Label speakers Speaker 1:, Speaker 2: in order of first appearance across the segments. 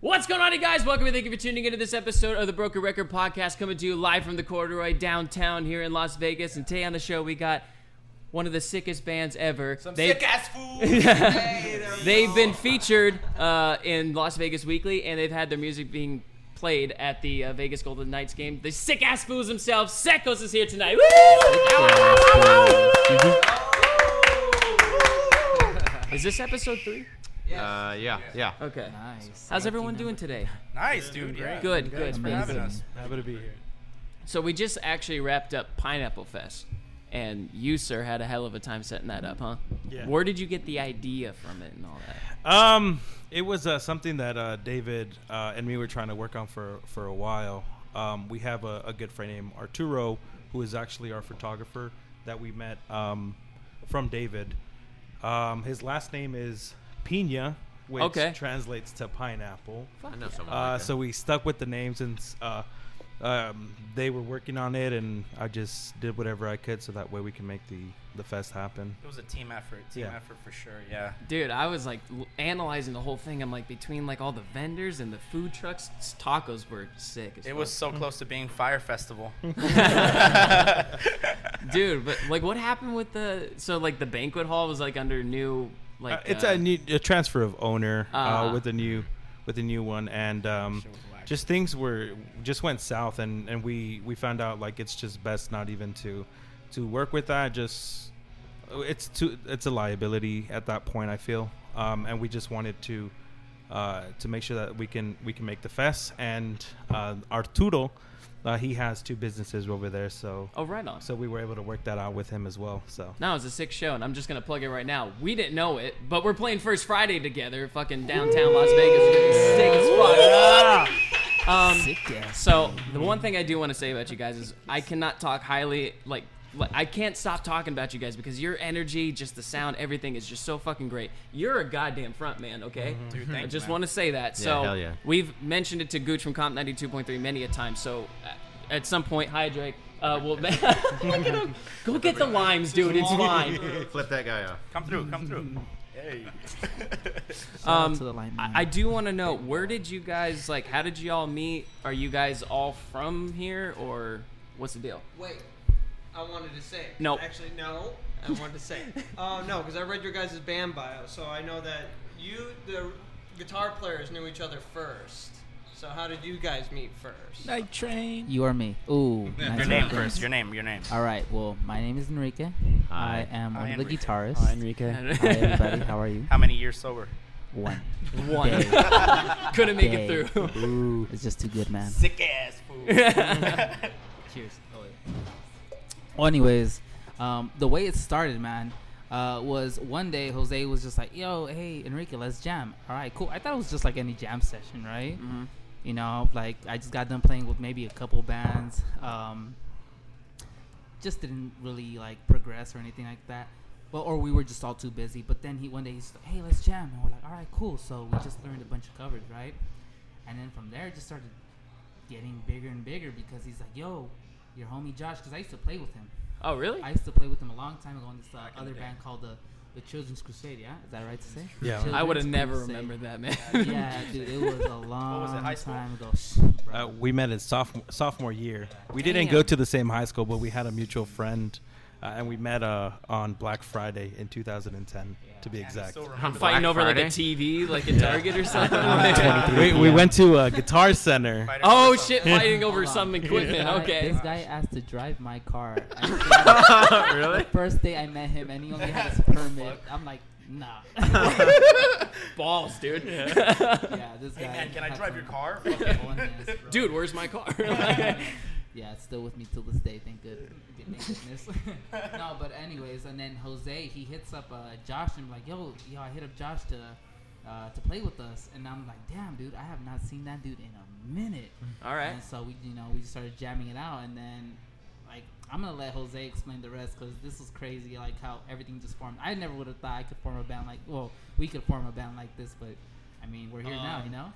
Speaker 1: What's going on, you guys? Welcome and thank you for tuning into this episode of the Broken Record Podcast, coming to you live from the corduroy downtown here in Las Vegas. And today on the show, we got one of the sickest bands ever.
Speaker 2: Some
Speaker 1: They-
Speaker 2: sick ass fools. Hey, there we
Speaker 1: They've
Speaker 2: go.
Speaker 1: been featured uh, in Las Vegas Weekly, and they've had their music being played at the uh, Vegas Golden Knights game. The sick ass fools themselves, Sekos is here tonight. Woo! Is this episode three?
Speaker 3: Uh, yeah, yeah.
Speaker 1: Okay. How's everyone doing today?
Speaker 2: Nice, dude. Yeah.
Speaker 1: Good, good.
Speaker 2: Thanks for having us.
Speaker 4: Happy to be here.
Speaker 1: So we just actually wrapped up Pineapple Fest, and you, sir, had a hell of a time setting that up, huh?
Speaker 4: Yeah.
Speaker 1: Where did you get the idea from it and all that?
Speaker 4: Um, it was uh, something that uh, David uh, and me were trying to work on for for a while. Um, we have a, a good friend named Arturo, who is actually our photographer that we met um, from David. Um, his last name is Pina, which
Speaker 1: Okay.
Speaker 4: translates to pineapple.
Speaker 3: I know someone.
Speaker 4: Uh,
Speaker 3: like that.
Speaker 4: so we stuck with the name since uh, um, they were working on it, and I just did whatever I could so that way we can make the the fest happen.
Speaker 2: It was a team effort. Team
Speaker 4: Yeah.
Speaker 2: effort for sure. Yeah.
Speaker 1: Dude, I was like l- analyzing the whole thing. I'm like between like all the vendors and the food trucks, s- tacos were sick. as
Speaker 2: It
Speaker 1: fuck.
Speaker 2: was so close to being Fire Festival.
Speaker 1: dude, but like what happened with the so like the banquet hall was like under new like
Speaker 4: Uh, it's
Speaker 1: uh,
Speaker 4: a new a transfer of owner uh,
Speaker 1: Ah.
Speaker 4: with a new with a new one and um,
Speaker 2: Shit was whack.
Speaker 4: just things were just went south and, and we we found out like it's just best not even to to work with that just it's too it's a liability at that point I feel um, and we just wanted to uh, to make sure that we can we can make the fest and uh, Arturo uh, he has two businesses over there so
Speaker 1: oh right on.
Speaker 4: so we were able to work that out with him as well so
Speaker 1: No, it's a sick show, and I'm just gonna plug it right now. We didn't know it, but we're playing First Friday together, fucking downtown Las Vegas. It's gonna be sick as fuck. Um, So the one thing I do want to say about you guys is I cannot talk highly like. li- I can't stop talking about you guys because your energy, just the sound, everything is just so fucking great. You're a goddamn front man, okay?
Speaker 2: Dude, Mm-hmm. thank
Speaker 1: I
Speaker 2: you,
Speaker 1: just
Speaker 2: man.
Speaker 1: want to say that. So
Speaker 3: hell yeah.
Speaker 1: we've mentioned it to Gooch from Comp 92.3 many a time. So uh, at some point, hi Drake. Uh, we'll look at him. Go get the limes, dude. It's fine.
Speaker 3: Flip that guy off.
Speaker 2: Come through. Come through. Hey.
Speaker 1: Um,
Speaker 5: to the lineman.
Speaker 1: I, I do want to know where did you guys like? How did you all meet? Are you guys all from here, or what's the deal?
Speaker 6: Wait, I wanted to say.
Speaker 1: No.
Speaker 6: Actually, no. I wanted to say. Oh no, because I read your guys' band bio, so I know that you, the guitar players, knew each other first. So how did you guys meet first?
Speaker 5: Night train. You or me? Ooh. nice
Speaker 2: Your name
Speaker 5: reference.
Speaker 2: first. Your name. Your name.
Speaker 5: All right. Well, my name is Enrique.
Speaker 3: Hi.
Speaker 5: I am
Speaker 2: Hi,
Speaker 5: one of the
Speaker 2: Enrique.
Speaker 5: guitarists.
Speaker 7: Hi, Enrique.
Speaker 5: Hi, everybody. How are you?
Speaker 2: How many years sober?
Speaker 5: One.
Speaker 1: One.
Speaker 5: Day.
Speaker 1: Couldn't make
Speaker 5: Day.
Speaker 1: it through.
Speaker 5: Ooh, it's just too good, man.
Speaker 2: Sick ass fool.
Speaker 5: Cheers. Oh, yeah. Well, anyways, um, the way it started, man, uh, was one day Jose was just like, "Yo, hey, Enrique, let's jam." All right, cool. I thought it was just like any jam session, right? You know, like I just got done playing with maybe a couple bands. Um, just didn't really like progress or anything like that. Well, or we were just all too busy. But then he one day he's like, "Hey, let's jam," and we're like, "All right, cool." So we just learned a bunch of covers, right? And then from there, it just started getting bigger and bigger because he's like, "Yo, your homie Josh," because I used to play with him.
Speaker 1: Oh, really?
Speaker 5: I used to play with him a long time ago in this uh, other band called the the Children's Crusade. Yeah, is that right to say?
Speaker 4: Yeah.
Speaker 1: I would have
Speaker 5: Children's
Speaker 1: never
Speaker 5: Crusade.
Speaker 1: remembered that, man.
Speaker 5: Yeah, dude, it was a long
Speaker 2: was it, high school?
Speaker 5: time ago.
Speaker 4: Uh, we met in sophomore, sophomore year. We didn't go
Speaker 1: Damn.
Speaker 4: to the same high school, but we had a mutual friend, uh, and we met uh, on Black Friday in 2010, to be exact.
Speaker 3: I'm
Speaker 1: Fighting over like a TV, like a Target or something.
Speaker 4: Um, We, we went to uh, Guitar Center.
Speaker 1: oh shit, fighting over
Speaker 5: Hold on.
Speaker 1: some
Speaker 5: This
Speaker 1: equipment.
Speaker 5: guy-
Speaker 1: Okay.
Speaker 5: This guy asked to drive my car. And
Speaker 3: really?
Speaker 5: first day I met him, and he only had his permit. I'm like, nah.
Speaker 1: Balls, dude.
Speaker 5: yeah, this guy.
Speaker 2: Man, can I
Speaker 5: had
Speaker 2: drive your
Speaker 5: some-
Speaker 2: car?
Speaker 5: one ass, bro.
Speaker 1: Dude, where's my car? Like,
Speaker 5: Yeah, it's still with me till this day. Thank good, thank goodness. no, but anyways, and then Jose he hits up uh, Josh and be like, yo, yo, I hit up Josh to uh, to play with us, and I'm like, damn, dude, I have not seen that dude in a minute.
Speaker 1: all right.
Speaker 5: And so we, you know, we just started jamming it out, and then like I'm gonna let Jose explain the rest because this was crazy, like how everything just formed. I never would have thought I could form a band like, well, we could form a band like this, but I mean, we're here
Speaker 7: Um,
Speaker 5: now, you know.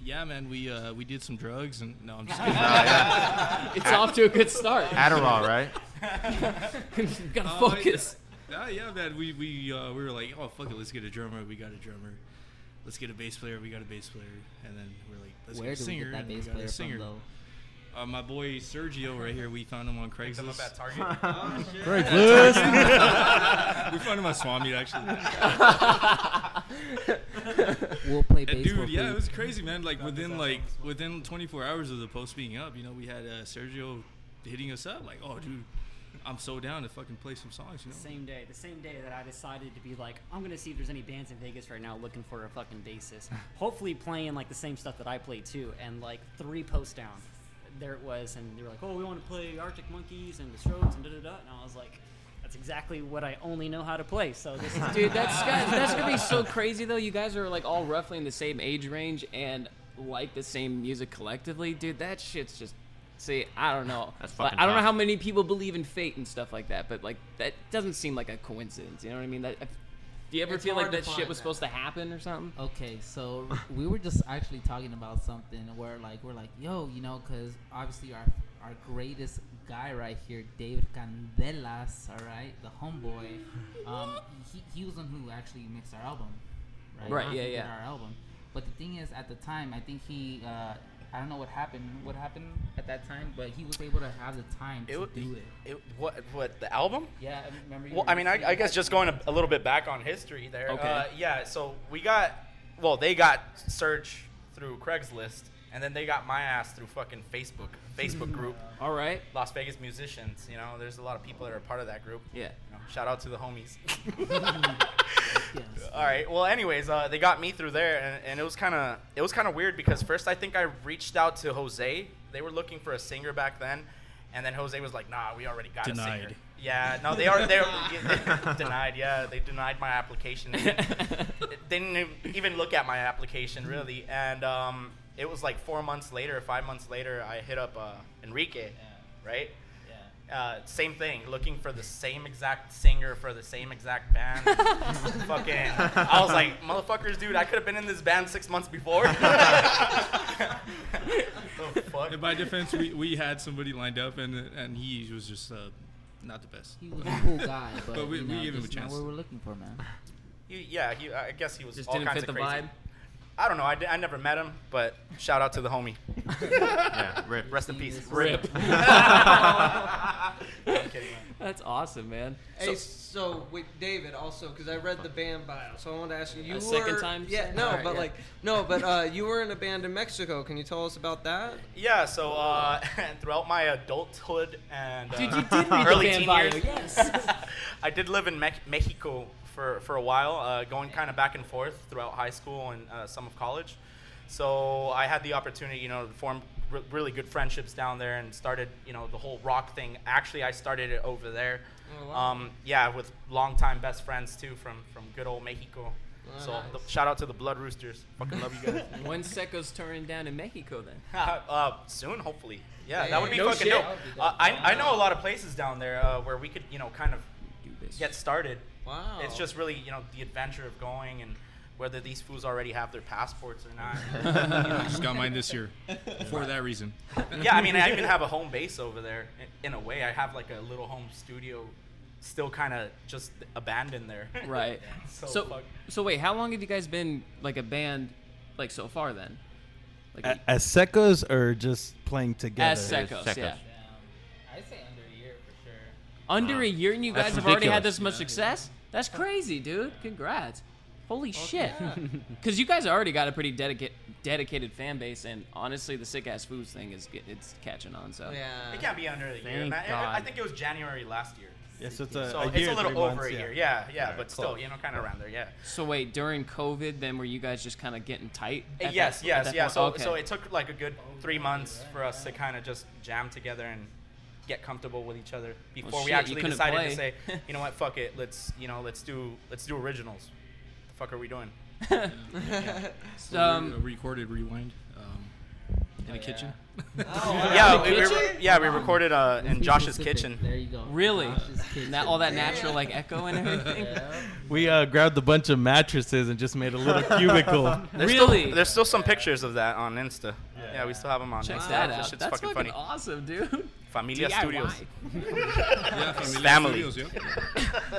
Speaker 7: Yeah, man, we uh, we did some drugs and no, I'm just
Speaker 3: Oh,
Speaker 7: kidding.
Speaker 3: yeah.
Speaker 1: It's off to a good start.
Speaker 3: Adderall, right?
Speaker 1: Gotta
Speaker 7: Oh,
Speaker 1: focus.
Speaker 7: yeah. Uh, yeah, man, we we uh, we were like, oh fuck it, let's get a drummer. We got a drummer, let's get a bass player. We got a bass player, and then we're like, let's
Speaker 5: Where
Speaker 7: get a
Speaker 5: do we
Speaker 7: singer.
Speaker 5: get that
Speaker 7: and we
Speaker 5: bass
Speaker 7: got a
Speaker 5: player
Speaker 7: singer.
Speaker 5: from, though?
Speaker 7: Uh, my boy Sergio right here. We found him on
Speaker 2: Picked them up at
Speaker 7: Craigslist.
Speaker 2: Target.
Speaker 6: Oh, shit.
Speaker 7: we found him at Swami actually.
Speaker 5: We'll play
Speaker 7: And
Speaker 5: baseball.
Speaker 7: dude,
Speaker 5: for
Speaker 7: yeah,
Speaker 5: you.
Speaker 7: it was crazy, man. Like within like within 24 hours of the post being up, you know, we had uh, Sergio hitting us up like, "Oh, dude, I'm so down to fucking play some songs," you
Speaker 8: The
Speaker 7: know.
Speaker 8: same day, the same day that I decided to be like, I'm gonna see if there's any bands in Vegas right now looking for a fucking bassist. Hopefully playing like the same stuff that I play too, and like three posts down, there it was, and they were like, oh, we want to play Arctic Monkeys and The Strokes and da da da, and I was like, that's exactly what I only know how to play. So this is
Speaker 1: Dude, that's got, that's gonna be so crazy though. You guys are like all roughly in the same age range and like the same music collectively, dude. That shit's just. See, I don't know.
Speaker 3: That's
Speaker 1: Like,
Speaker 3: fucking
Speaker 1: I don't know
Speaker 3: tough.
Speaker 1: how many people believe in fate and stuff like that, but like that doesn't seem like a coincidence. You know what I mean? That. do you ever
Speaker 6: It's
Speaker 1: feel like
Speaker 6: hard to
Speaker 1: that shit
Speaker 6: find
Speaker 1: was
Speaker 6: that.
Speaker 1: supposed to happen or something?
Speaker 5: Okay, so we were just actually talking about something where like we're like, yo, you know, because obviously our our greatest guy right here, David Candelas, all right, the homeboy, um, he, he was the one who actually mixed our album, right?
Speaker 1: Right,
Speaker 5: He
Speaker 1: yeah,
Speaker 5: did
Speaker 1: yeah.
Speaker 5: Our album, but the thing is, at the time, I think he. Uh, I don't know what happened. What happened at that time, but he was able to have the time to
Speaker 2: w-
Speaker 5: do it.
Speaker 2: it- what? What? The album?
Speaker 5: Yeah, I remember. you
Speaker 2: Well,
Speaker 5: were
Speaker 2: I mean, I,
Speaker 5: saying
Speaker 2: I guess
Speaker 5: that
Speaker 2: just
Speaker 5: you-
Speaker 2: going a, a little bit back on history there.
Speaker 1: Okay.
Speaker 2: Uh, yeah. So we got, well, they got search through Craigslist, and then they got my ass through fucking Facebook, Facebook group,
Speaker 1: All right.
Speaker 2: Las Vegas musicians. You know, there's a lot of people that are part of that group.
Speaker 1: Yeah.
Speaker 2: You know, shout out to the homies.
Speaker 5: Yes.
Speaker 2: All right. Well, anyways, uh, they got me through there, and, and it was kind of it was kind of weird because first I think I reached out to Jose. They were looking for a singer back then, and then Jose was like, "Nah, we already got a singer."
Speaker 7: Denied.
Speaker 2: Yeah. No, they are they are denied. Yeah, they denied my application. they didn't even look at my application really, and um, it was like four months later, five months later, I hit up uh, Enrique, right? Uh, same thing, looking for the same exact singer for the same exact band. Fucking, I was like, motherfuckers, dude, I could have been in this band six months before. the fuck?
Speaker 7: And by defense, we, we had somebody lined up, and and he was just uh, not the best.
Speaker 5: He was a cool guy, but,
Speaker 7: But we-
Speaker 5: you
Speaker 7: we
Speaker 5: know,
Speaker 7: gave him a
Speaker 5: just not
Speaker 7: chance.
Speaker 5: what we're looking for, man.
Speaker 2: He- yeah, he, I guess he was
Speaker 1: Just
Speaker 2: all
Speaker 1: didn't
Speaker 2: kinds
Speaker 1: fit the
Speaker 2: of crazy.
Speaker 1: vibe.
Speaker 2: I don't know. I, di- I never met him, but shout out to the homie.
Speaker 3: Yeah, rip.
Speaker 2: Rest in peace.
Speaker 5: Jesus.
Speaker 1: Rip.
Speaker 2: I'm kidding, man.
Speaker 1: That's awesome, man.
Speaker 6: Hey, so with David also, because I read the band bio, so I wanted to ask you. You
Speaker 1: A second
Speaker 6: were-
Speaker 1: time?
Speaker 6: Yeah, no,
Speaker 1: Alright,
Speaker 6: but
Speaker 1: yeah.
Speaker 6: like, no, but uh, you were in a band in Mexico. Can you tell us about that?
Speaker 2: Yeah, so uh, throughout my adulthood and uh,
Speaker 1: Dude, you did read
Speaker 2: early
Speaker 1: the band
Speaker 2: teen
Speaker 1: bio.
Speaker 2: years,
Speaker 1: Yes.
Speaker 2: I did live in Mex Mexico for, for a while, uh, going kind of back and forth throughout high school and uh, some of college. So I had the opportunity, you know, to form r- really good friendships down there and started, you know, the whole rock thing. Actually, I started it over there.
Speaker 6: Oh, wow.
Speaker 2: um, yeah, with longtime best friends too from, from good old Mexico.
Speaker 6: Oh,
Speaker 2: so
Speaker 6: nice.
Speaker 2: the, shout out to the Blood Roosters. Fucking love you guys.
Speaker 1: When's Seco's touring down in Mexico then?
Speaker 2: uh, soon, hopefully. Yeah, that would be
Speaker 1: No
Speaker 2: fucking
Speaker 1: shit.
Speaker 2: dope.
Speaker 1: That
Speaker 5: would be
Speaker 2: Uh, I, I know a lot of places down there uh, where we could, you know, kind of
Speaker 1: Do this.
Speaker 2: get started.
Speaker 6: Wow.
Speaker 2: It's just really, you know, the adventure of going and whether these fools already have their passports or not.
Speaker 7: I just got mine this year for that reason.
Speaker 2: yeah, I mean, I even have a home base over there in, in a way. I have like a little home studio still kind of just abandoned there.
Speaker 1: Right.
Speaker 2: So
Speaker 1: so,
Speaker 2: fuck.
Speaker 1: so wait, how long have you guys been like a band, like so far then? Like
Speaker 4: A- as secos or just playing together?
Speaker 1: as Secos,
Speaker 3: Secos.
Speaker 1: yeah.
Speaker 5: Um, I'd say under a year for sure.
Speaker 1: Under a year, and you
Speaker 3: That's
Speaker 1: guys have already had
Speaker 3: ridiculous.
Speaker 1: this much success. That's crazy, dude. Congrats. Holy shit. Because you guys already got a pretty dedicated dedicated fan base, and honestly, the sick ass foods thing is get- it's catching on. So
Speaker 6: Yeah.
Speaker 2: It can't be under the year. And
Speaker 1: Thank
Speaker 2: I, I- I
Speaker 1: God.
Speaker 2: think it was January last year.
Speaker 4: Yeah, so it's a,
Speaker 2: So
Speaker 4: Uh, a
Speaker 2: it's
Speaker 4: year,
Speaker 2: a little
Speaker 4: three
Speaker 2: over
Speaker 4: months,
Speaker 2: a year. Yeah, yeah,
Speaker 4: Alright,
Speaker 2: but still,
Speaker 4: close.
Speaker 2: you know, kind of around there. Yeah.
Speaker 1: So wait, during COVID, then were you guys just kind of getting tight?
Speaker 2: Uh,
Speaker 1: at
Speaker 2: yes,
Speaker 1: that- at
Speaker 2: yes,
Speaker 1: that
Speaker 2: yeah.
Speaker 1: point?
Speaker 2: So,
Speaker 1: Okay.
Speaker 2: so it took like a good three months for us to kind of just jam together and get comfortable with each other before
Speaker 1: shit,
Speaker 2: we
Speaker 1: you
Speaker 2: actually
Speaker 1: couldn't
Speaker 2: decided
Speaker 1: play.
Speaker 2: to say, you know what, fuck it, let's you know, let's do let's do originals. The fuck are we doing?
Speaker 1: Um,
Speaker 7: uh, recorded rewind um, in the kitchen.
Speaker 2: yeah,
Speaker 6: Oh.
Speaker 1: In
Speaker 2: we,
Speaker 1: the
Speaker 2: we,
Speaker 1: kitchen?
Speaker 2: yeah, we recorded uh,
Speaker 5: Let's
Speaker 2: in
Speaker 5: be
Speaker 2: Josh's
Speaker 5: specific.
Speaker 2: kitchen.
Speaker 5: There you go.
Speaker 1: Really?
Speaker 5: Josh's kitchen.
Speaker 1: Now all that natural like echo and everything.
Speaker 4: We uh, grabbed a bunch of mattresses and just made a little cubicle.
Speaker 2: There's
Speaker 1: Really?
Speaker 2: Still, there's still some pictures of that on Insta. Yeah, we still have them on
Speaker 1: Check
Speaker 2: Insta.
Speaker 1: that
Speaker 2: That
Speaker 1: out.
Speaker 2: shit's
Speaker 1: That's
Speaker 2: fucking,
Speaker 1: fucking
Speaker 2: funny.
Speaker 1: awesome, dude.
Speaker 2: Familia
Speaker 1: DIY.
Speaker 2: Studios.
Speaker 7: Yeah, familiar
Speaker 2: Family.
Speaker 7: Studios, yeah.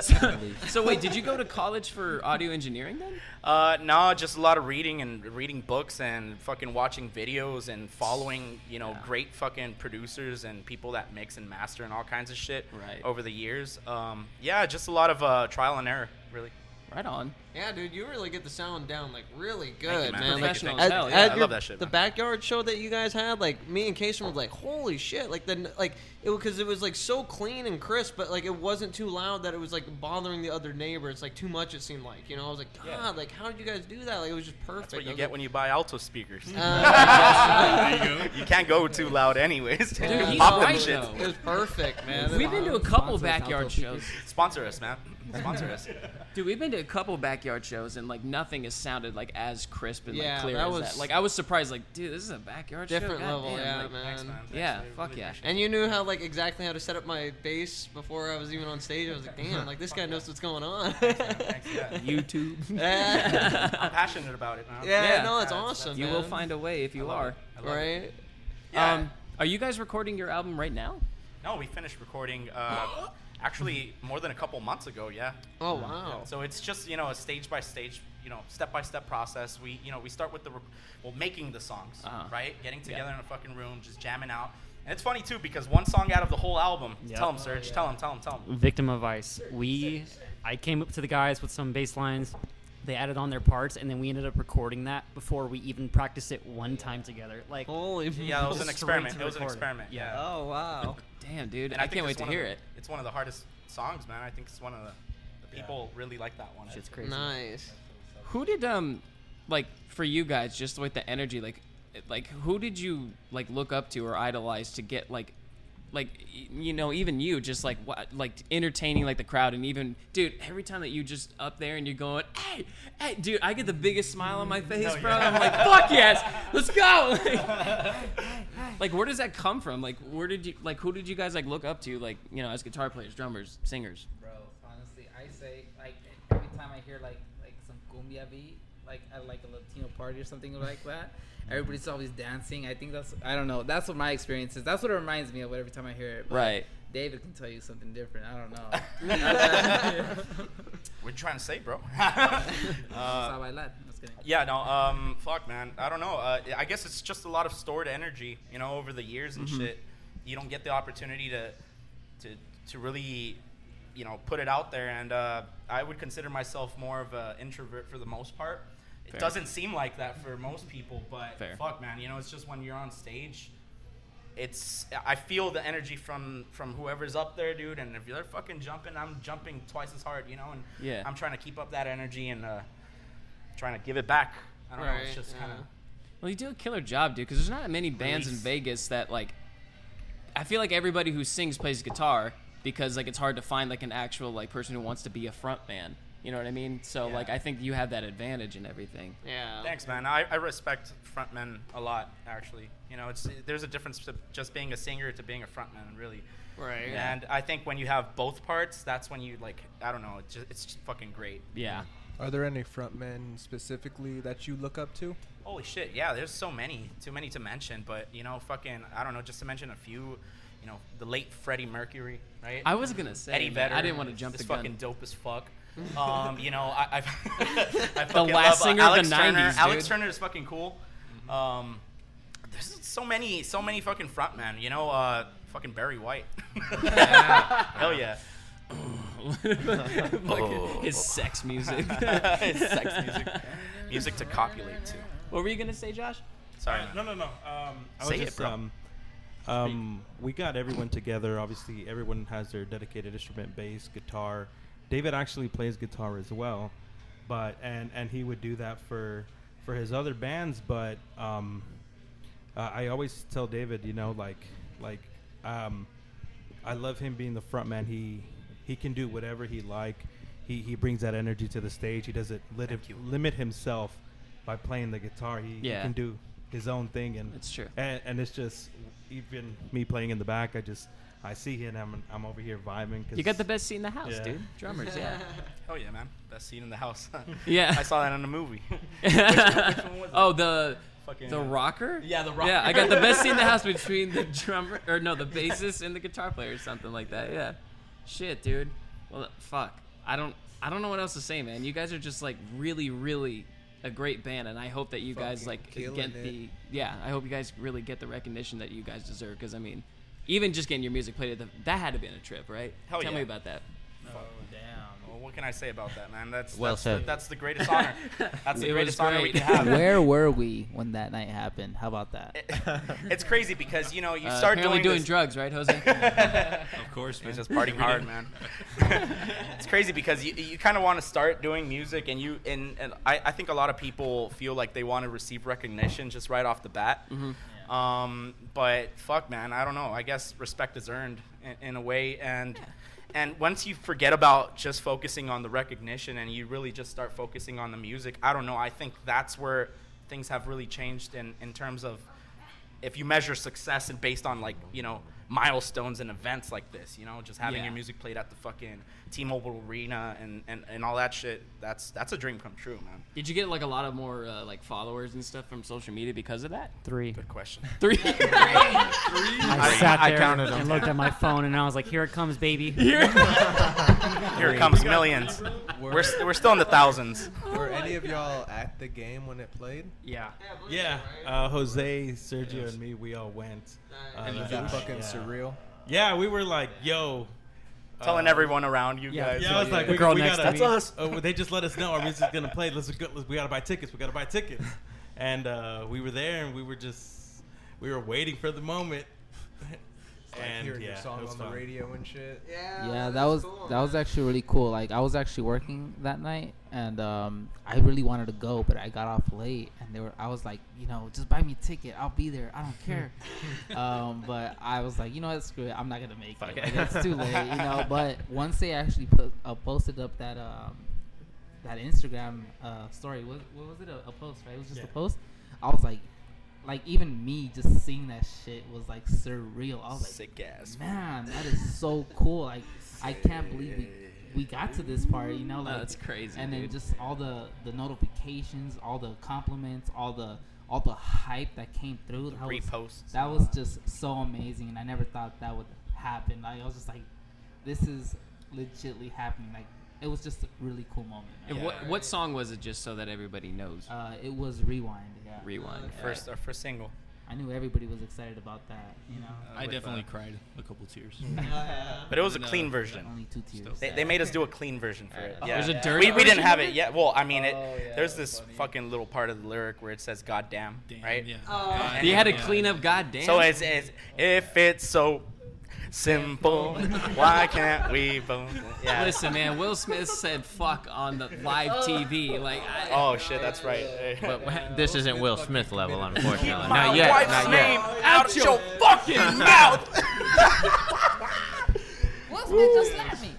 Speaker 1: so, so wait, did you go to college for audio engineering then?
Speaker 2: Uh, no, just a lot of reading and reading books and fucking watching videos and following, you know, great fucking producers and people that mix and master and all kinds of shit
Speaker 1: Right.
Speaker 2: over the years. Um, yeah, just a lot of uh, trial and error, really.
Speaker 1: Right on.
Speaker 6: Yeah, dude, you really get the sound down like really
Speaker 2: you,
Speaker 6: good,
Speaker 2: man.
Speaker 6: man. Like,
Speaker 1: Professional
Speaker 6: at-
Speaker 1: as hell,
Speaker 6: at
Speaker 1: yeah. I
Speaker 2: love
Speaker 6: your-
Speaker 2: that shit,
Speaker 6: The
Speaker 2: man.
Speaker 6: backyard show that you guys had, like me and Casey were like, "Holy shit!" Like then, like it because it was like so clean and crisp, but like it wasn't too loud that it was like bothering the other neighbors. Like too much, it seemed like. You know, I was like, "God, like how did you guys do that?" Like "Uh, it was just perfect.
Speaker 2: That's what you get when you buy alto speakers.
Speaker 7: There you go.
Speaker 2: you can't go too loud, anyways.
Speaker 1: he's
Speaker 2: Pop them
Speaker 1: right,
Speaker 2: shit.
Speaker 1: though.
Speaker 6: It was perfect, man.
Speaker 1: We've been to a couple
Speaker 5: Sponsors,
Speaker 1: backyard
Speaker 5: outdoor
Speaker 1: shows.
Speaker 2: Sponsor us, man. Sponsor us.
Speaker 1: Dude, we've been to a couple backyard shows and like nothing has sounded like as crisp and
Speaker 6: Yeah,
Speaker 1: like clear
Speaker 6: that
Speaker 1: as
Speaker 6: was-
Speaker 1: that. Like I was surprised, like, dude, this is a backyard show.
Speaker 6: different
Speaker 1: God
Speaker 6: level,
Speaker 1: damn,
Speaker 6: yeah,
Speaker 1: like-
Speaker 6: man.
Speaker 2: Thanks, man. Thanks,
Speaker 1: Yeah,
Speaker 2: dude.
Speaker 1: fuck
Speaker 2: Really
Speaker 1: yeah.
Speaker 2: appreciate
Speaker 6: And you knew how like exactly how to set up my bass before I was even on stage. I was like, "Damn, like this guy knows what's going on."
Speaker 2: it. Thanks, yeah.
Speaker 1: YouTube.
Speaker 6: yeah,
Speaker 2: I'm passionate about it, man.
Speaker 1: Yeah.
Speaker 6: no, it's
Speaker 2: That's-
Speaker 6: awesome.
Speaker 1: you will
Speaker 6: man.
Speaker 1: find a way if you are.
Speaker 2: I love it.
Speaker 6: right.
Speaker 2: Yeah.
Speaker 1: Um are you guys recording your album right now?
Speaker 2: no, we finished recording uh, actually more than a couple months ago, yeah.
Speaker 6: Oh wow.
Speaker 2: So it's just you know a stage by stage, you know, step by step process. We you know we start with the rec- well making the songs,
Speaker 1: Uh-huh.
Speaker 2: right? Getting together in a fucking room, just jamming out. And it's funny too because one song out of the whole album.
Speaker 8: Yeah.
Speaker 2: Tell him, Serge. Tell him. Tell him. Tell him.
Speaker 8: Victim of Ice. We, I came up to the guys with some bass lines. They added on their parts, and then we ended up recording that before we even practiced it one time together. Like,
Speaker 6: Holy.
Speaker 2: Yeah, that was an
Speaker 8: Straight
Speaker 2: experiment.
Speaker 8: to
Speaker 2: It was an
Speaker 8: recording.
Speaker 2: experiment. Yeah.
Speaker 6: Oh wow.
Speaker 1: Damn, dude.
Speaker 2: And
Speaker 1: I,
Speaker 2: think
Speaker 1: can't wait
Speaker 2: it's
Speaker 1: to
Speaker 2: one of
Speaker 1: hear
Speaker 2: the-
Speaker 1: it.
Speaker 2: It's one of the hardest songs, man. I think it's one of the, the people really like that one.
Speaker 8: shit's crazy.
Speaker 6: Nice.
Speaker 1: Who did um like for you guys just with the energy like like who did you like look up to or idolize to get like like y- you know even you just like what like entertaining like the crowd and even dude every time that you just up there and you're going hey hey dude I get the biggest smile on my face bro I'm like fuck yes let's go like, like, where does that come from like where did you like who did you guys like look up to like you know as guitar players drummers singers
Speaker 5: Bro, honestly, I say like every time I hear like like some cumbia beat, like at like a Latino party or something like that, everybody's always dancing. I think that's I don't know. That's what my experience is. That's what it reminds me of every time I hear it. but
Speaker 1: right
Speaker 5: David can tell you something different. I don't
Speaker 2: Uh,
Speaker 5: know.
Speaker 2: What you trying to say, bro? Uh,
Speaker 5: Sa bailar. Just kidding.
Speaker 2: Yeah, no, um, fuck, man. I don't know. Uh, I guess it's just a lot of stored energy, you know, over the years and
Speaker 1: Mm-hmm.
Speaker 2: shit. You don't get the opportunity to, to, to really, you know, put it out there. And uh, I would consider myself more of an introvert for the most part.
Speaker 1: Fair.
Speaker 2: It doesn't seem like that for most people, but
Speaker 1: Fair.
Speaker 2: fuck, man. You know, it's just when you're on stage, it's I feel the energy from from whoever's up there, dude. And if you're fucking jumping, I'm jumping twice as hard, you know. And
Speaker 1: Yeah.
Speaker 2: I'm trying to keep up that energy and uh, trying to give it back. I don't know.
Speaker 6: Right,
Speaker 2: It's just
Speaker 6: yeah.
Speaker 2: kind of
Speaker 1: Well, you do a killer job, dude. Because there's not many bands in
Speaker 2: Release.
Speaker 1: Vegas that like. I feel like everybody who sings plays guitar because like it's hard to find like an actual like person who wants to be a front man. You know what I mean? So
Speaker 2: Yeah.
Speaker 1: like I think you have that advantage and everything.
Speaker 6: Yeah.
Speaker 2: thanks, man. I, I respect frontmen a lot, actually. You know, it's there's a difference to just being a singer to being a frontman, really.
Speaker 6: Right.
Speaker 2: And I think when you have both parts, that's when you like I don't know. It's just, it's just fucking great.
Speaker 1: Yeah.
Speaker 9: Are there any frontmen specifically that you look up to?
Speaker 2: Holy shit, yeah, there's so many, too many to mention, but you know, fucking, I don't know, just to mention a few, you know, the late Freddie Mercury, right?
Speaker 1: I was gonna say
Speaker 2: Eddie
Speaker 1: man,
Speaker 2: Vedder.
Speaker 1: I didn't want to jump
Speaker 2: this
Speaker 1: the gun.
Speaker 2: fucking dope as fuck. Um, you know, I, I've, I fucking
Speaker 1: last
Speaker 2: love, uh,
Speaker 1: singer of
Speaker 2: Alex
Speaker 1: the
Speaker 2: Turner.
Speaker 1: 90s,
Speaker 2: Alex
Speaker 1: dude.
Speaker 2: Turner is fucking cool. Um, there's so many, so many fucking frontmen. You know, uh, fucking Barry White. Hell yeah.
Speaker 1: Fucking- His sex music.
Speaker 2: It's Oh. sex music, music to copulate to.
Speaker 1: what were you gonna say, Josh?
Speaker 2: Sorry.
Speaker 4: No, no, no. Um, I was
Speaker 2: Say it,
Speaker 4: just,
Speaker 2: bro.
Speaker 4: Um, um, we got everyone together. Obviously, everyone has their dedicated instrument, bass, guitar. David actually plays guitar as well, but and and he would do that for for his other bands. But um, uh, I always tell David, you know, like like um, I love him being the front man. He he can do whatever he like. He he brings that energy to the stage. He doesn't lit
Speaker 2: Thank you.
Speaker 4: limit himself by playing the guitar. He, he
Speaker 1: Yeah.
Speaker 4: can do his own thing, and
Speaker 1: It's true.
Speaker 4: And, and it's just even me playing in the back. I just I see him, and I'm I'm over here vibing. Cause
Speaker 1: You got the best seat in the house,
Speaker 4: Yeah.
Speaker 1: dude. Drummers, yeah.
Speaker 2: Oh yeah, man. Best scene in the house.
Speaker 1: Yeah.
Speaker 2: I saw that in a movie.
Speaker 1: oh, the
Speaker 2: Fucking uh,
Speaker 1: the rocker.
Speaker 6: Yeah, the rocker.
Speaker 1: Yeah, I got the best scene in the house between the drummer or no, the bassist and the guitar player or something like that. Yeah. Shit, dude. Well, fuck. I don't I don't know what else to say, man. You guys are just like really really a great band and I hope that you guys
Speaker 9: Fucking
Speaker 1: like
Speaker 9: killing
Speaker 1: get
Speaker 9: it.
Speaker 1: the yeah, I hope you guys really get the recognition that you guys deserve cuz I mean, even just getting your music played at the, that had to be been a trip, right?
Speaker 2: Hell
Speaker 1: Tell
Speaker 2: yeah.
Speaker 1: me about that.
Speaker 2: Well, what can I say about that, man? That's
Speaker 3: Well
Speaker 2: that's The,
Speaker 3: said.
Speaker 2: that's the greatest honor. That's the
Speaker 1: It was
Speaker 2: greatest honor we
Speaker 1: great.
Speaker 2: can have.
Speaker 5: Where were we when that night happened? How about that?
Speaker 2: It's crazy because you know you
Speaker 1: Uh,
Speaker 2: start
Speaker 1: apparently
Speaker 2: doing,
Speaker 1: doing
Speaker 2: this-
Speaker 1: drugs, right, Jose?
Speaker 7: Of course, man.
Speaker 2: It's just partying hard, man. it's crazy because you, you kind of want to start doing music, and you and, and I, I think a lot of people feel like they want to receive recognition just right off the bat. Um, but fuck, man, I don't know. I guess respect is earned in, in a way, and and once you forget about just focusing on the recognition and you really just start focusing on the music, I don't know. I think that's where things have really changed in in terms of if you measure success and based on like you know milestones and events like this you know just having
Speaker 1: Yeah.
Speaker 2: your music played at the fucking t-mobile arena and, and and all that shit that's that's a dream come true man
Speaker 1: Did you get like a lot of more uh, like followers and stuff from social media because of that?
Speaker 8: Three.
Speaker 2: good question
Speaker 1: Three.
Speaker 8: I,
Speaker 3: I-
Speaker 8: sat
Speaker 3: I
Speaker 8: there
Speaker 3: counted
Speaker 8: and
Speaker 3: them.
Speaker 8: looked at my phone, and I was like, "Here it comes, baby."
Speaker 2: here comes millions we're, st- we're still in the thousands
Speaker 9: Were any of y'all at the game when it played?
Speaker 8: Yeah.
Speaker 4: yeah. Uh, Jose, Sergio, and me, we all went. Uh,
Speaker 6: And
Speaker 9: Was
Speaker 4: that-
Speaker 9: that fucking
Speaker 4: yeah.
Speaker 9: surreal?
Speaker 4: Yeah, we were like, yo.
Speaker 2: telling
Speaker 4: uh,
Speaker 2: everyone around you
Speaker 8: Yeah.
Speaker 2: guys
Speaker 4: Yeah, I was like,
Speaker 8: The
Speaker 4: we,
Speaker 8: girl
Speaker 4: we
Speaker 8: next
Speaker 4: gotta,
Speaker 8: to me. That's us.
Speaker 4: Oh, well, they just let us know our music's gonna play. Let's go. Let's, we gotta buy tickets. We gotta buy tickets. And uh, we were there, and we were just we were waiting for the moment.
Speaker 9: Like hearing your song on the radio and shit.
Speaker 6: Yeah,
Speaker 5: yeah that was
Speaker 6: cool,
Speaker 5: that was
Speaker 6: man.
Speaker 5: actually really cool like i was actually working that night and um i really wanted to go but i got off late and they were i was like you know just buy me a ticket i'll be there i don't care um but i was like you know what screw it i'm not gonna make it, Like, it's too late you know but once they actually put uh, posted up that um that instagram uh story what, what was it a, a post right it was just a post i was like like even me just seeing that shit was like surreal i was like
Speaker 2: sick ass
Speaker 5: Man, that is so cool. Like I can't believe we, we got to this part, you
Speaker 2: Oh,
Speaker 5: know, like
Speaker 1: that's crazy,
Speaker 5: And then
Speaker 1: dude.
Speaker 5: just all the the notifications, all the compliments, all the all the hype that came through. That was,
Speaker 2: reposts
Speaker 5: that was just so amazing and I never thought that would happen. Like I was just like this is legitly happening. Like it was just a really cool moment. man.
Speaker 1: And what what song was it? Just so that everybody knows.
Speaker 5: Uh, it was rewind. Yeah.
Speaker 1: Rewind.
Speaker 2: first our first single
Speaker 5: I knew everybody was excited about that, you know.
Speaker 7: I definitely cried a couple tears.
Speaker 2: but it was a
Speaker 7: No.
Speaker 2: clean version
Speaker 5: Only two tears.
Speaker 2: They, they made us do a clean version for it. Yeah.
Speaker 1: There's a dirty
Speaker 2: we, we
Speaker 1: version
Speaker 2: didn't have
Speaker 1: of
Speaker 2: it
Speaker 1: it?
Speaker 2: yet. Well, I mean, it, there's
Speaker 7: that's
Speaker 2: this
Speaker 7: funny.
Speaker 2: fucking little part of the lyric where it says "God damn,"
Speaker 7: Damn,
Speaker 2: right?
Speaker 7: Yeah.
Speaker 6: Oh.
Speaker 1: You had to
Speaker 7: Yeah.
Speaker 1: clean up, goddamn.
Speaker 2: So it's, it's if it's so simple, why can't we both? Yeah.
Speaker 1: Listen, man. Will Smith said "fuck" on the live TV. Like, I,
Speaker 2: Oh shit, that's right.
Speaker 3: But wha- this isn't Will Smith level, unfortunately.
Speaker 2: My
Speaker 3: Not yet.
Speaker 2: wife's
Speaker 3: Not
Speaker 2: name
Speaker 3: yet.
Speaker 2: out your, fucking mouth.
Speaker 5: Will Smith just slapped me.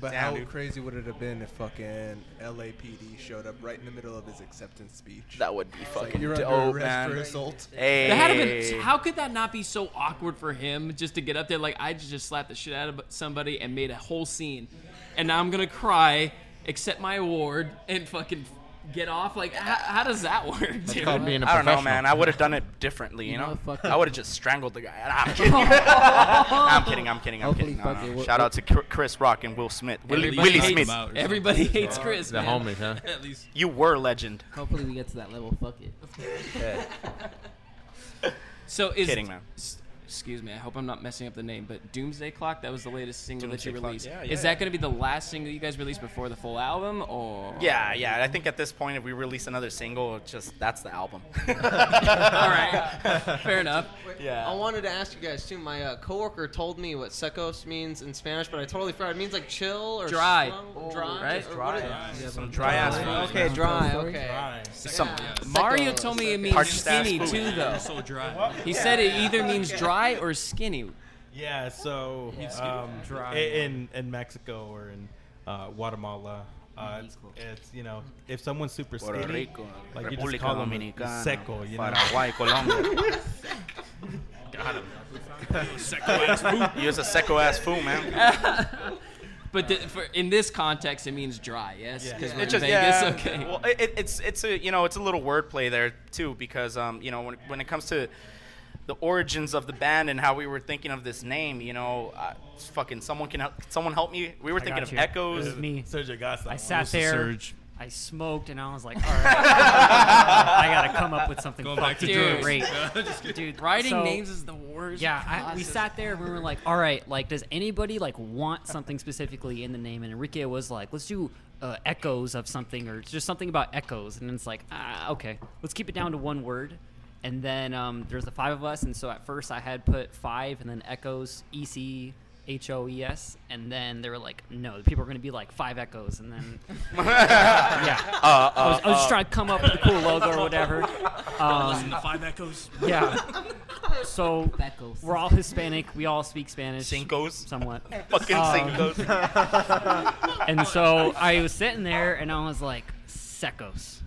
Speaker 9: But
Speaker 2: Damn,
Speaker 9: how
Speaker 2: dude.
Speaker 9: crazy would it have been if fucking LAPD showed up right in the middle of his acceptance speech?
Speaker 2: That would be
Speaker 9: Like,
Speaker 2: fucking
Speaker 9: you're
Speaker 2: dope,
Speaker 9: under arrest for
Speaker 2: man.
Speaker 9: assault.
Speaker 2: Hey.
Speaker 1: that had to been, how could that not be so awkward for him just to get up there? Like, I just slapped the shit out of somebody and made a whole scene, and now I'm gonna cry, accept my award, and fucking get off. Like, how, how does that work, dude?
Speaker 3: Called being a
Speaker 2: I don't know,
Speaker 3: professional.
Speaker 2: man. I would have done it differently, you,
Speaker 5: You know,
Speaker 2: know.
Speaker 5: fuck
Speaker 2: I
Speaker 5: it.
Speaker 2: would have just strangled the guy. I'm kidding. I'm kidding. I'm kidding. I'm
Speaker 5: Hopefully,
Speaker 2: kidding. No,
Speaker 5: fuck
Speaker 2: no.
Speaker 5: it, we'll-
Speaker 2: Shout out to Chr- Chris Rock and Will Smith. Willie,
Speaker 1: Everybody
Speaker 2: Willie
Speaker 1: hates-
Speaker 2: Smith.
Speaker 7: Out or something.
Speaker 1: Everybody hates Chris.
Speaker 3: The
Speaker 1: man.
Speaker 3: homies, huh?
Speaker 7: At least
Speaker 2: You were legend.
Speaker 5: Hopefully we get to that level. Fuck it.
Speaker 1: So is
Speaker 2: Kidding, man.
Speaker 1: s- excuse me. I hope I'm not messing up the name, but Doomsday Clock that was the latest single that
Speaker 2: Doomsday
Speaker 1: you
Speaker 2: Clock,
Speaker 1: released.
Speaker 2: yeah,
Speaker 1: is
Speaker 2: yeah.
Speaker 1: that going to be the last single you guys release before the full album, or
Speaker 2: Yeah, yeah. I think at this point, if we release another single, it's just that's the album.
Speaker 1: All right, fair enough.
Speaker 2: Yeah.
Speaker 6: I wanted to ask you guys too. My uh, coworker told me what secos means in Spanish, but I totally forgot. It means like chill or
Speaker 1: Dry.
Speaker 6: slow-
Speaker 1: Oh,
Speaker 6: dry,
Speaker 1: right?
Speaker 6: Or what is-
Speaker 2: Some dry ass food.
Speaker 6: Okay, dry.
Speaker 5: Sorry.
Speaker 6: Okay.
Speaker 2: Some
Speaker 6: Yeah.
Speaker 1: Mario
Speaker 6: Secos.
Speaker 1: told me it means
Speaker 2: Parched ass
Speaker 1: skinny
Speaker 2: food.
Speaker 1: too, though.
Speaker 7: you're so dry.
Speaker 1: He said it either means dry or skinny.
Speaker 4: Yeah, so um, i- in in Mexico or in uh, Guatemala,
Speaker 9: Mm-hmm.
Speaker 4: Uh, it's, it's, you know, if someone's super
Speaker 10: Puerto
Speaker 4: skinny,
Speaker 10: Rico,
Speaker 4: like you just
Speaker 10: República
Speaker 4: call them
Speaker 10: Dominicana,
Speaker 4: seco, you know.
Speaker 10: Paraguay, Colombia.
Speaker 7: Got him.
Speaker 10: You're a seco ass fool, man.
Speaker 1: But th- for, in this context, it means dry, yes?
Speaker 4: Yeah.
Speaker 1: Because
Speaker 4: Yeah.
Speaker 1: we're
Speaker 2: It just
Speaker 1: in Vegas,
Speaker 2: yeah.
Speaker 1: okay.
Speaker 2: Well, it, it- it's it's a you know it's a little wordplay there too because um you know when when it comes to the origins of the band and how we were thinking of this name, you know, uh, fucking someone can help, someone help me. We were
Speaker 8: I
Speaker 2: thinking
Speaker 8: got
Speaker 2: of
Speaker 8: you.
Speaker 2: echoes.
Speaker 8: It was me.
Speaker 4: Sergio got
Speaker 8: I
Speaker 4: someone.
Speaker 8: sat
Speaker 7: What's the
Speaker 8: there.
Speaker 7: surge?
Speaker 8: I smoked, and I was like, all right, I gotta come up with something
Speaker 7: Going back to
Speaker 8: fucking
Speaker 1: Dude.
Speaker 7: drugs.
Speaker 8: great.
Speaker 7: Just kidding.
Speaker 8: Dude,
Speaker 1: Writing
Speaker 8: so-
Speaker 1: names is the worst.
Speaker 8: Yeah, I, we
Speaker 1: process.
Speaker 8: sat there. We were like, all right, like, does anybody like want something specifically in the name? And Enrique was like, let's do uh, echoes of something or just something about echoes. And it's like, ah, okay, let's keep it down to one word. And then um, there's the five of us, and so at first I had put five, and then echoes, E C H O E S, and then they were like, no, the people are gonna be like five echoes, and then
Speaker 2: Uh,
Speaker 8: yeah, I, was, I was just trying to come up with a cool logo or whatever. Um,
Speaker 7: Uh, The five echoes.
Speaker 8: yeah. So
Speaker 5: That goes.
Speaker 8: we're all Hispanic. We all speak Spanish.
Speaker 2: Cincos.
Speaker 8: Somewhat.
Speaker 2: uh, Fucking
Speaker 8: Um,
Speaker 2: cincos.
Speaker 8: And so I was sitting there and I was like, secos.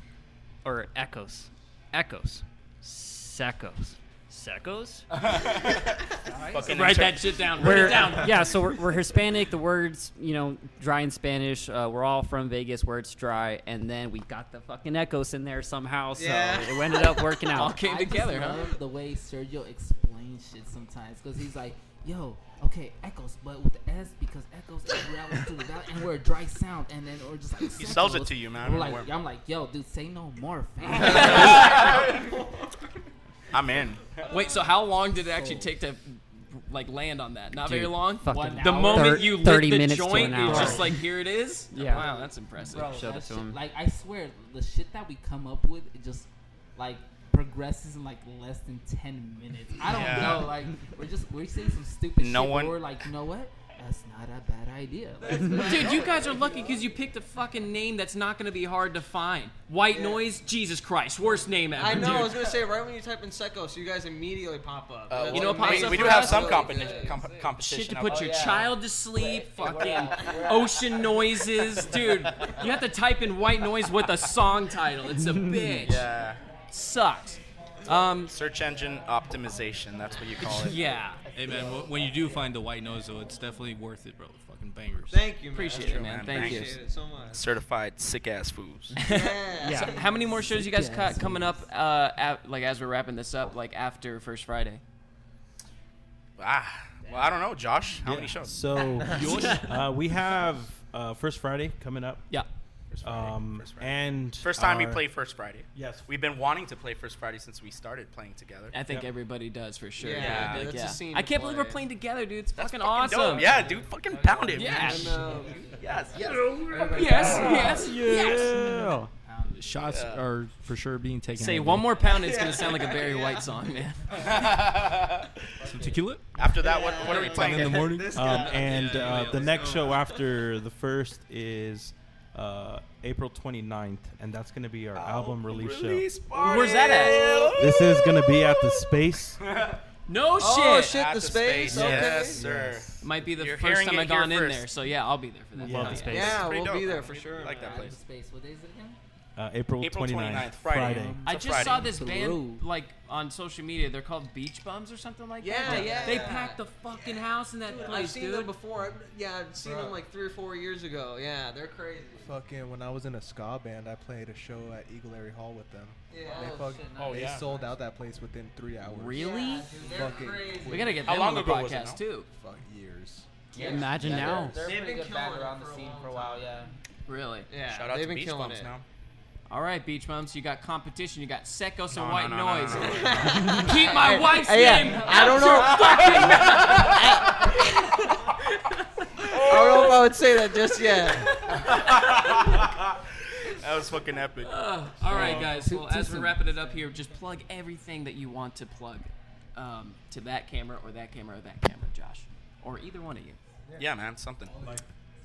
Speaker 8: Or echoes. Echoes. Secos. Secos?
Speaker 2: fucking
Speaker 1: Write
Speaker 2: inter-
Speaker 1: that shit down. Write
Speaker 8: We're,
Speaker 1: it down.
Speaker 8: yeah, so we're, we're Hispanic. The words, you know, dry in Spanish. Uh, we're all from Vegas where it's dry. And then we got the fucking echoes in there somehow. So
Speaker 6: Yeah.
Speaker 8: it ended up working
Speaker 1: All
Speaker 8: out.
Speaker 1: came
Speaker 5: I just
Speaker 1: together, huh?
Speaker 5: love the way Sergio explains shit sometimes because he's like, "Yo, okay, echoes, but with the S because echoes is reality to without, and we're a dry sound, and then or just like."
Speaker 2: He sells it
Speaker 5: Seckles."
Speaker 2: to you, man.
Speaker 5: We're
Speaker 2: Don't worry.
Speaker 5: like, I'm like, yo, dude, say no more, fam.
Speaker 2: I'm in.
Speaker 1: Wait, so how long did it actually take to like land on that? Not very
Speaker 8: Dude,
Speaker 1: long.
Speaker 8: fucking
Speaker 1: the
Speaker 8: hour.
Speaker 1: moment
Speaker 8: Thir-
Speaker 1: you lit
Speaker 8: 30
Speaker 1: the
Speaker 8: minutes to
Speaker 1: joint,
Speaker 8: an
Speaker 1: you're
Speaker 8: hour.
Speaker 1: just like, here it is.
Speaker 8: Yeah.
Speaker 1: Wow, that's impressive.
Speaker 5: Bro,
Speaker 6: Showed
Speaker 5: that
Speaker 6: it to
Speaker 5: shit-
Speaker 6: him.
Speaker 5: Like I swear, the shit that we come up with, it just like progresses in like less than ten minutes. I don't
Speaker 2: Yeah.
Speaker 5: know. Like we're just we're saying some stupid
Speaker 2: No
Speaker 5: shit.
Speaker 2: one-
Speaker 5: But we're like, you know what? That's not a bad idea. Like,
Speaker 1: Dude, you guys are lucky because you picked a fucking name that's not going to be hard to find. White noise, Jesus Christ, worst name ever.
Speaker 6: I know. I
Speaker 1: dude.
Speaker 6: was gonna say right when you type in Seco, so you guys immediately pop up.
Speaker 2: Uh,
Speaker 6: That's
Speaker 1: you know
Speaker 2: we-
Speaker 1: what pops
Speaker 2: we,
Speaker 1: up
Speaker 2: we do
Speaker 1: for
Speaker 2: have
Speaker 1: us?
Speaker 2: some
Speaker 6: Really
Speaker 2: competition.
Speaker 6: good.
Speaker 2: Com-
Speaker 6: Sick.
Speaker 2: competition
Speaker 1: Shit to
Speaker 2: up- Oh,
Speaker 1: put your child to sleep, fucking ocean noises, dude. You have to type in white noise with a song title. It's a bitch.
Speaker 2: Yeah.
Speaker 1: Sucks. Um,
Speaker 2: Search engine optimization. That's what you call it.
Speaker 1: yeah.
Speaker 7: Hey man, wh- when you do find the white nose, though, it's definitely worth it, bro. Fucking bangers.
Speaker 6: Thank you, man.
Speaker 1: Appreciate
Speaker 6: That's
Speaker 1: it,
Speaker 6: true.
Speaker 1: man.
Speaker 2: man.
Speaker 1: Thank
Speaker 2: Thank
Speaker 1: you.
Speaker 6: Appreciate it so much.
Speaker 2: Certified sick ass fools.
Speaker 6: Yeah.
Speaker 8: Yeah.
Speaker 1: So how many more shows you guys
Speaker 5: Sick
Speaker 1: got
Speaker 5: ass
Speaker 1: coming up? Uh, at, like as we're wrapping this up, like after First Friday.
Speaker 2: ah. Well, I don't know, Josh. How many shows?
Speaker 4: So uh, we have uh, First Friday coming up.
Speaker 1: Yeah.
Speaker 4: Um, and
Speaker 2: First time we
Speaker 4: our-
Speaker 2: play First Friday.
Speaker 4: Yes.
Speaker 2: We've been wanting to play First Friday since we started playing together.
Speaker 1: I think
Speaker 4: Yep.
Speaker 1: everybody does for sure.
Speaker 6: Yeah,
Speaker 1: dude.
Speaker 6: dude, that's a scene
Speaker 1: I
Speaker 6: to
Speaker 1: can't believe we're
Speaker 6: play.
Speaker 1: playing together, dude. It's fucking,
Speaker 2: Fucking dope.
Speaker 1: awesome.
Speaker 2: Yeah, dude, fucking pound it.
Speaker 1: Yeah.
Speaker 2: man.
Speaker 6: And, um,
Speaker 2: Yes, yes.
Speaker 1: Yes, yes, yes.
Speaker 7: Yeah. Shots are for sure being taken.
Speaker 1: Say
Speaker 7: out,
Speaker 1: one
Speaker 7: man.
Speaker 1: more pound, it's gonna sound like a Barry White song, man.
Speaker 7: Some tequila.
Speaker 2: After that, what, what are we playing?
Speaker 7: Ten in the morning.
Speaker 4: Um, and
Speaker 7: Yeah,
Speaker 4: uh,
Speaker 7: yeah,
Speaker 4: the
Speaker 7: let's
Speaker 4: next
Speaker 7: go.
Speaker 4: show after the first is uh, April 29th, and that's going to be our album release,
Speaker 2: Release party.
Speaker 1: Where's that at?
Speaker 4: show. This is going to be at the space.
Speaker 1: No shit.
Speaker 6: Oh shit,
Speaker 2: At
Speaker 6: the space. okay.
Speaker 2: Yes, sir.
Speaker 1: Might be the
Speaker 2: You're
Speaker 1: first
Speaker 2: hearing
Speaker 1: time
Speaker 2: it
Speaker 1: I've gone in
Speaker 2: here
Speaker 1: there,
Speaker 2: first.
Speaker 1: so yeah, I'll be there for that. Hell
Speaker 4: Love the
Speaker 1: yeah.
Speaker 4: space.
Speaker 6: Yeah,
Speaker 2: pretty
Speaker 6: we'll
Speaker 2: dope.
Speaker 6: be there for sure.
Speaker 2: I like
Speaker 6: man.
Speaker 2: that place.
Speaker 5: space. What day is it again?
Speaker 4: Uh, April,
Speaker 2: April
Speaker 4: 29th,
Speaker 2: 29th, Friday.
Speaker 1: I
Speaker 2: It's a
Speaker 1: just saw
Speaker 2: Friday.
Speaker 1: this
Speaker 5: Peru.
Speaker 1: band like on social media. They're called Beach Bums or something like
Speaker 6: Yeah,
Speaker 1: that.
Speaker 6: yeah.
Speaker 1: They packed the fucking house in that
Speaker 6: Dude,
Speaker 1: place,
Speaker 6: I've seen
Speaker 1: dude.
Speaker 6: them before. I've, yeah, I've seen them like three or four years ago. Yeah, they're crazy.
Speaker 9: Fucking when I was in a ska band, I played a show at Eagle Airy Hall with them.
Speaker 6: Yeah.
Speaker 9: They
Speaker 6: Oh,
Speaker 9: fuck,
Speaker 5: shit,
Speaker 9: they
Speaker 2: nice.
Speaker 9: sold out that place within three hours.
Speaker 1: Really?
Speaker 6: Yeah, dude, they're
Speaker 9: Fucking
Speaker 6: crazy.
Speaker 1: We gotta get them
Speaker 2: How long
Speaker 1: on the
Speaker 2: ago was it now?
Speaker 1: podcast too.
Speaker 9: Fuck years.
Speaker 8: Imagine now.
Speaker 5: They're,
Speaker 6: They've been
Speaker 5: good back
Speaker 6: killing it
Speaker 5: around the
Speaker 6: for a
Speaker 5: scene
Speaker 6: long
Speaker 5: for a while, yeah.
Speaker 1: Really?
Speaker 6: Yeah,
Speaker 2: Shout out
Speaker 6: they've
Speaker 2: to
Speaker 6: been
Speaker 2: Beach
Speaker 6: killing
Speaker 2: Bums
Speaker 6: it.
Speaker 2: now.
Speaker 1: All right, Beach Bums, you got competition. You got Secos and
Speaker 2: no,
Speaker 1: White
Speaker 2: no, no,
Speaker 1: Noise.
Speaker 2: no,
Speaker 1: Keep my wife's
Speaker 6: hey, yeah,
Speaker 1: name.
Speaker 6: I don't
Speaker 1: out your
Speaker 6: know.
Speaker 1: fucking mouth.
Speaker 6: I don't know if I would say that just yet.
Speaker 2: That was fucking epic.
Speaker 1: All right, guys.
Speaker 5: Two-
Speaker 1: Well,
Speaker 5: two
Speaker 1: as we're
Speaker 5: sim-
Speaker 1: wrapping it up here, just plug everything that you want to plug um, to that camera or that camera or that camera, Josh, or either one of you.
Speaker 2: Yeah, man, something.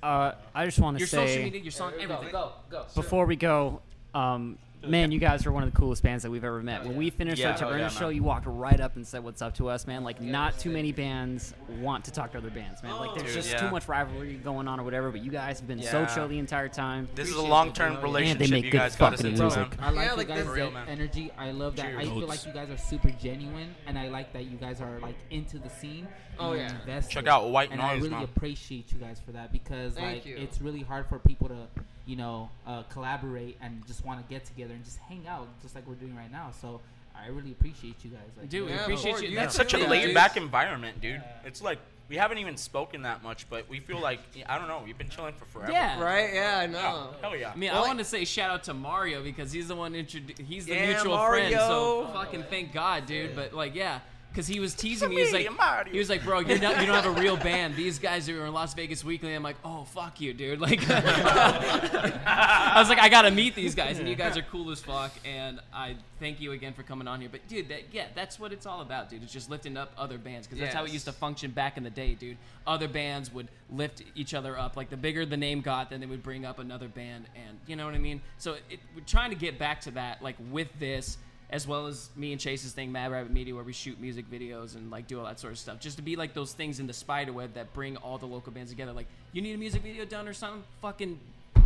Speaker 8: Uh, I just want to
Speaker 1: Your
Speaker 8: say.
Speaker 1: social media, your song, everything.
Speaker 5: Go, go.
Speaker 8: Before we go, um, Man, you guys were one of the coolest bands that we've ever met. When we finished
Speaker 10: Yeah,
Speaker 8: our
Speaker 10: hell
Speaker 8: Taverna
Speaker 10: yeah,
Speaker 8: show,
Speaker 10: man.
Speaker 8: you walked right up and said, "What's up to us, man?" Like, not too many bands want to talk to other bands, man. Like, there's
Speaker 10: Dude,
Speaker 8: just
Speaker 10: yeah.
Speaker 8: too much rivalry going on or whatever. But you guys have been so
Speaker 10: Yeah.
Speaker 8: chill the entire time.
Speaker 10: This is a long-term
Speaker 8: And they
Speaker 10: relationship
Speaker 8: make
Speaker 10: you
Speaker 8: good
Speaker 10: guys got us
Speaker 8: fucking
Speaker 10: into,
Speaker 8: music.
Speaker 10: man.
Speaker 5: I like
Speaker 6: Yeah,
Speaker 5: you
Speaker 6: like,
Speaker 5: guys'
Speaker 6: that's-
Speaker 10: real, man.
Speaker 5: energy. I love that. I
Speaker 10: Cheers.
Speaker 5: feel like you guys are super genuine, and I like that you guys are like into the scene.
Speaker 6: Oh,
Speaker 5: and
Speaker 6: yeah.
Speaker 5: invested.
Speaker 10: Check out White
Speaker 5: and I
Speaker 10: Noise,
Speaker 5: really
Speaker 10: man.
Speaker 5: appreciate you guys for that because
Speaker 6: Thank
Speaker 5: like
Speaker 6: you.
Speaker 5: it's really hard for people to you know uh, collaborate and just want to get together and just hang out just like we're doing right now. So I really appreciate you guys. Like,
Speaker 1: Dude, we
Speaker 6: Yeah, of
Speaker 1: appreciate
Speaker 6: course.
Speaker 1: you.
Speaker 6: You
Speaker 1: That's
Speaker 6: too.
Speaker 1: such
Speaker 10: Such a
Speaker 6: Yeah.
Speaker 10: laid back environment, dude. It's like we haven't even spoken that much, but we feel like I don't know. We've been chilling for forever.
Speaker 1: yeah.
Speaker 6: Right? Yeah, I know.
Speaker 10: Hell yeah.
Speaker 1: I mean,
Speaker 6: Well,
Speaker 1: I
Speaker 6: I-
Speaker 1: want to say shout out to Mario because he's the one introduced. He's the
Speaker 6: Yeah,
Speaker 1: mutual friend. So
Speaker 6: Mario.
Speaker 1: fucking thank God, dude. But like, yeah, because he was teasing me. He was
Speaker 10: me,
Speaker 1: like,
Speaker 10: Mario.
Speaker 1: he was like, bro, you're not, you don't have a real band. These guys who are in Las Vegas Weekly. I'm like, oh fuck you, dude. Like, I was like, I gotta meet these guys, and you guys are cool as fuck. And I thank you again for coming on here. But dude, that yeah, that's what it's all about, dude. It's just lifting up other bands because that's how it
Speaker 6: Yes.
Speaker 1: used to function back in the day, dude. Other bands would lift each other up. Like the bigger the name got, then they would bring up another band, and you know what I mean. So it, we're trying to get back to that, like with this, as well as me and Chase's thing, Mad Rabbit Media, where we shoot music videos and like do all that sort of stuff, just to be like those things in the spider web that bring all the local bands together. Like you need a music video done or something, fucking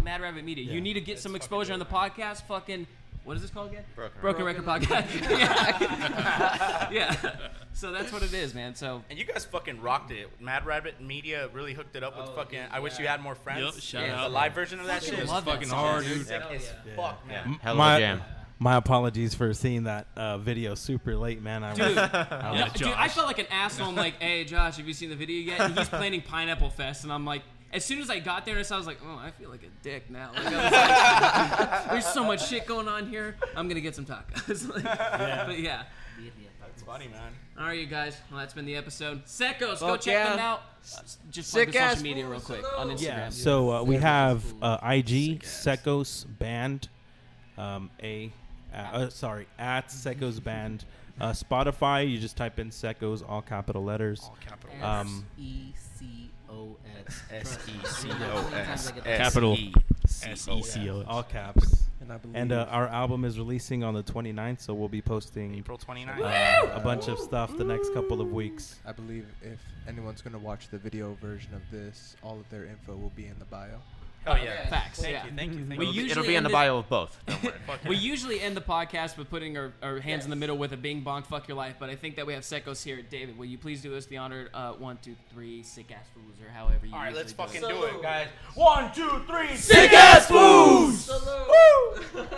Speaker 1: Mad Rabbit Media. you need to get some exposure on the podcast, fucking. What is this called again? Broken, Record Podcast. yeah. yeah. So that's what it is, man. So
Speaker 10: And you guys fucking rocked it. Mad Rabbit Media really hooked it up with fucking. I wish you had more friends.
Speaker 7: Yup, shout
Speaker 10: The
Speaker 7: out.
Speaker 10: live version of that shit is
Speaker 1: love that
Speaker 10: fucking
Speaker 1: song,
Speaker 10: hard,
Speaker 7: dude.
Speaker 10: dude. Sick as fuck, man.
Speaker 3: Hell of a
Speaker 4: my,
Speaker 3: jam.
Speaker 4: My apologies for seeing that uh, video super late, man. I
Speaker 1: Dude,
Speaker 4: was,
Speaker 1: you know, dude, I felt like an asshole. I'm like, hey, Josh, have you seen the video yet? And he's planning Pineapple Fest, and I'm like, as soon as I got there, and I saw, I was like, oh, I feel like a dick now. Like, I was like, There's so much shit going on here. I'm gonna get some tacos. Like, But yeah,
Speaker 10: It's funny, man.
Speaker 1: all right, you guys. Well, that's been the episode. Secos, go
Speaker 6: Fuck
Speaker 1: check
Speaker 6: yeah.
Speaker 1: them out. Uh, Just plug
Speaker 6: Sick
Speaker 1: the
Speaker 6: ass
Speaker 1: social media real
Speaker 6: fools.
Speaker 1: quick on Instagram.
Speaker 4: yeah. So uh, we have uh, IG Secos Band, um, a uh, uh, sorry at Secos Band. Uh, Spotify, you just type in Secos, all capital letters. Um,
Speaker 5: E C O S.
Speaker 10: S E C
Speaker 5: O S.
Speaker 2: E
Speaker 3: Capital.
Speaker 4: S-E-C-O, all caps.
Speaker 9: And I believe
Speaker 4: E And uh, our album is releasing on the 29th, so we'll be posting
Speaker 10: April 29th.
Speaker 4: uh, a bunch of stuff the next couple of weeks.
Speaker 9: I believe if anyone's gonna watch the video version of this, all of their info will be in the bio.
Speaker 10: Oh yeah.
Speaker 1: Facts.
Speaker 10: Thank
Speaker 1: yeah.
Speaker 10: you. Thank you. Thank
Speaker 1: We
Speaker 10: you.
Speaker 1: usually
Speaker 3: It'll be in
Speaker 1: end
Speaker 3: the
Speaker 1: it-
Speaker 3: bio of both. Don't worry.
Speaker 1: We usually end the podcast with putting our, our hands in the middle with a bing bong fuck your life, but I think that we have Sekos here. David, will you please do us the honor? Uh, one, two, three, sick ass fools, or however you.
Speaker 10: All right,
Speaker 1: usually
Speaker 10: let's
Speaker 1: do
Speaker 10: fucking
Speaker 1: it.
Speaker 10: do it, guys. One, two, three.
Speaker 3: Sick ass fools.
Speaker 6: Salute.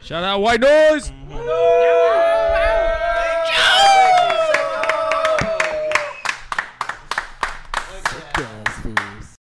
Speaker 7: Shout out White Noise.
Speaker 10: Yeah.